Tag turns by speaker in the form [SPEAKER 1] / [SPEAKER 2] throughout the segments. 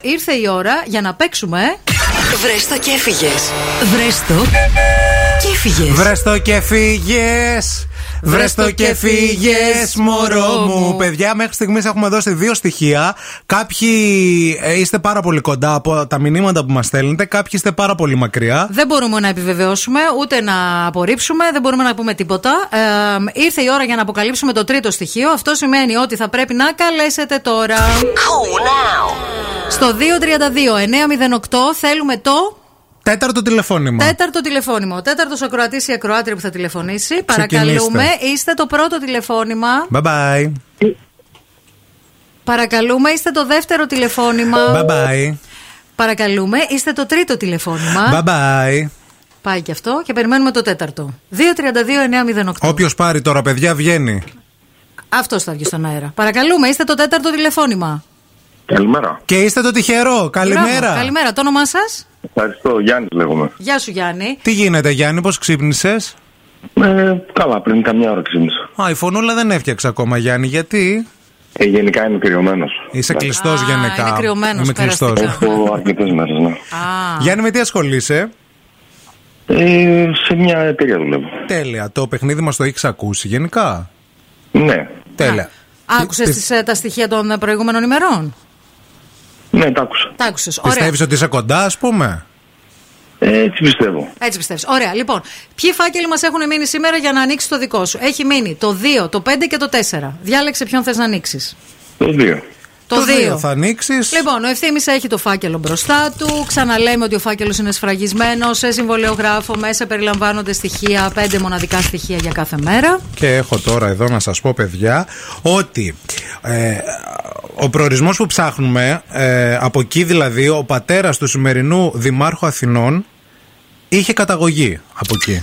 [SPEAKER 1] Ήρθε η ώρα για να παίξουμε. ε.
[SPEAKER 2] Βρέστο και έφυγες. Βρέστο και έφυγες.
[SPEAKER 3] Βρέστο και φύγε. Βρέστο και φύγε, μωρό μου. Παιδιά, μέχρι στιγμής έχουμε δώσει δύο στοιχεία. Κάποιοι ε, είστε πάρα πολύ κοντά από τα μηνύματα που μας στέλνετε, κάποιοι είστε πάρα πολύ μακριά.
[SPEAKER 1] Δεν μπορούμε να επιβεβαιώσουμε, ούτε να απορρίψουμε, δεν μπορούμε να πούμε τίποτα. Ε, ήρθε η ώρα για να αποκαλύψουμε το τρίτο στοιχείο. Αυτό σημαίνει ότι θα πρέπει να καλέσετε τώρα. Στο 232-908 θέλουμε το.
[SPEAKER 3] Τέταρτο τηλεφώνημα.
[SPEAKER 1] Τέταρτο τηλεφώνημα. Ο τέταρτος ακροατής ή ακροάτρια που θα τηλεφωνήσει. Παρακαλούμε,
[SPEAKER 3] Ξεκινήστε.
[SPEAKER 1] είστε το πρώτο τηλεφώνημα.
[SPEAKER 3] Bye bye.
[SPEAKER 1] Παρακαλούμε, είστε το δεύτερο τηλεφώνημα.
[SPEAKER 3] Bye bye.
[SPEAKER 1] Παρακαλούμε, είστε το τρίτο τηλεφώνημα.
[SPEAKER 3] Bye bye.
[SPEAKER 1] Πάει και αυτό και περιμένουμε το τέταρτο. 232-908.
[SPEAKER 3] Όποιος πάρει τώρα, παιδιά, βγαίνει.
[SPEAKER 1] Αυτός θα βγει στον αέρα. Παρακαλούμε, είστε το τέταρτο τηλεφώνημα.
[SPEAKER 4] Καλημέρα.
[SPEAKER 3] Και είστε το τυχερό. Καλημέρα.
[SPEAKER 1] Μπράβο. Καλημέρα, το όνομά σας.
[SPEAKER 4] Ευχαριστώ. Γιάννης λέγομαι.
[SPEAKER 1] Γεια σου, Γιάννη.
[SPEAKER 3] Τι γίνεται, Γιάννη, πώς ξύπνησες.
[SPEAKER 4] Ε, καλά, πριν καμιά ώρα ξύπνησα.
[SPEAKER 3] Α, η φωνούλα δεν έφτιαξε ακόμα, Γιάννη, γιατί.
[SPEAKER 4] Ε, γενικά είμαι κρυωμένος.
[SPEAKER 3] Είσαι κλειστός
[SPEAKER 1] Α,
[SPEAKER 3] γενικά.
[SPEAKER 1] είναι κρυωμένος,
[SPEAKER 3] Είμαι κλειστός.
[SPEAKER 1] περαστικά.
[SPEAKER 4] Έχω αρκετές μέρες, ναι.
[SPEAKER 1] Α,
[SPEAKER 3] Γιάννη, με τι ασχολείσαι.
[SPEAKER 4] Ε, σε μια εταιρεία δουλεύω.
[SPEAKER 3] Τέλεια. Το παιχνίδι μας το έχεις ακούσει γενικά.
[SPEAKER 4] Ναι.
[SPEAKER 3] Τέλεια.
[SPEAKER 1] άκουσε τα στοιχεία των ε, προηγούμενων ημερών.
[SPEAKER 4] Ναι, τα άκουσα.
[SPEAKER 1] Τα άκουσες. Ωραία.
[SPEAKER 3] Πιστεύεις ότι είσαι κοντά, ας πούμε.
[SPEAKER 4] Ε, έτσι πιστεύω.
[SPEAKER 1] Έτσι πιστεύεις. Ωραία, λοιπόν. Ποιοι φάκελοι μας έχουν μείνει σήμερα για να ανοίξει το δικό σου. Έχει μείνει το 2, το 5 και το 4. Διάλεξε ποιον θες να ανοίξεις.
[SPEAKER 4] Το δύο.
[SPEAKER 1] Το 2.
[SPEAKER 3] δύο Θα ανοίξεις.
[SPEAKER 1] Λοιπόν, ο ευθύνη έχει το φάκελο μπροστά του. Ξαναλέμε ότι ο φάκελος είναι σφραγισμένος. Σε συμβολιογράφο μέσα περιλαμβάνονται στοιχεία, πέντε μοναδικά στοιχεία για κάθε μέρα.
[SPEAKER 3] Και έχω τώρα εδώ να σας πω παιδιά ότι ε, ο προορισμός που ψάχνουμε ε, από εκεί δηλαδή ο πατέρας του σημερινού Δημάρχου Αθηνών είχε καταγωγή από εκεί.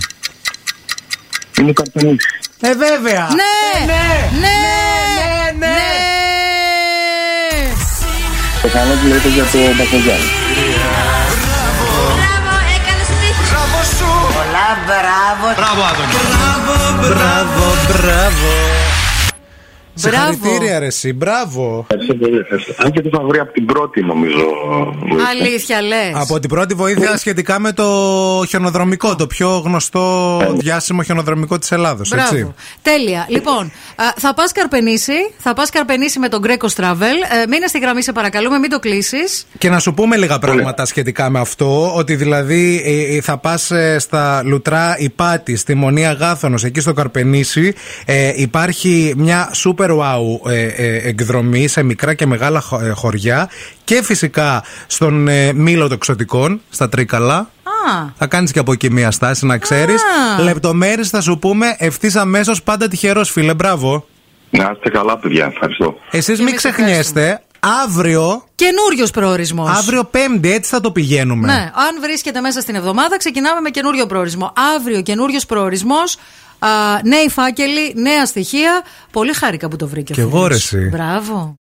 [SPEAKER 4] Είμαι καρτανής.
[SPEAKER 3] Ε βέβαια!
[SPEAKER 1] Ναι! Ναι! Ναι!
[SPEAKER 3] ναι, ναι.
[SPEAKER 4] Το καλό που λέτε για το Μπακογιάννη.
[SPEAKER 5] Μπράβο, έκανε τύχη.
[SPEAKER 2] Πολλά μπράβο.
[SPEAKER 3] Μπράβο, μπράβο!
[SPEAKER 1] Μπράβο.
[SPEAKER 3] Συγχαρητήρια ρε εσύ, μπράβο!
[SPEAKER 4] Ευχαριστώ πολύ. ευχαριστώ. Αν και το θα βρει από την πρώτη, νομίζω. βοήθεια.
[SPEAKER 1] Αλήθεια λες.
[SPEAKER 3] Από την πρώτη βοήθεια σχετικά με το χιονοδρομικό, το πιο γνωστό διάσημο χιονοδρομικό της Ελλάδος, έτσι.
[SPEAKER 1] Μπράβο. Τέλεια. Λοιπόν, α, θα πας καρπενήσει. Θα πας καρπενήσει με τον Greco Travel. Ε, μείνε στη γραμμή, σε παρακαλούμε, μην το κλείσεις.
[SPEAKER 3] Και να σου πούμε λίγα πράγματα σχετικά με αυτό. Ότι δηλαδή ε, ε, θα πας στα Λουτρά Υπάτη, στη Μονή Αγάθονος, εκεί στο Καρπενήσι. Ε, υπάρχει μια super wow ε, ε, εκδρομή σε μικρά και μεγάλα χο- ε, χωριά. Και φυσικά στον ε, Μήλο των Ξωτικών, στα Τρίκαλα.
[SPEAKER 1] Α,
[SPEAKER 3] Θα κάνεις και από εκεί μία στάση, να ξέρεις.
[SPEAKER 1] Α.
[SPEAKER 3] Λεπτομέρειες θα σου πούμε ευθύς αμέσως. Πάντα τυχερός, φίλε. Μπράβο.
[SPEAKER 4] Να είστε καλά, παιδιά. Ευχαριστώ.
[SPEAKER 3] Εσείς
[SPEAKER 1] εμείς
[SPEAKER 3] μην ξεχνιέστε. Αύριο,
[SPEAKER 1] καινούριος προορισμός.
[SPEAKER 3] αύριο Πέμπτη, έτσι θα το πηγαίνουμε.
[SPEAKER 1] Ναι, αν βρίσκεται μέσα στην εβδομάδα, ξεκινάμε με καινούριο προορισμό. Αύριο καινούριος προορισμός. Νέοι φάκελοι, νέα στοιχεία. Πολύ χάρηκα που το βρήκε. ο
[SPEAKER 3] Κι εγώ,
[SPEAKER 1] φίλος.
[SPEAKER 3] ρε, εσύ.
[SPEAKER 1] Μπράβο.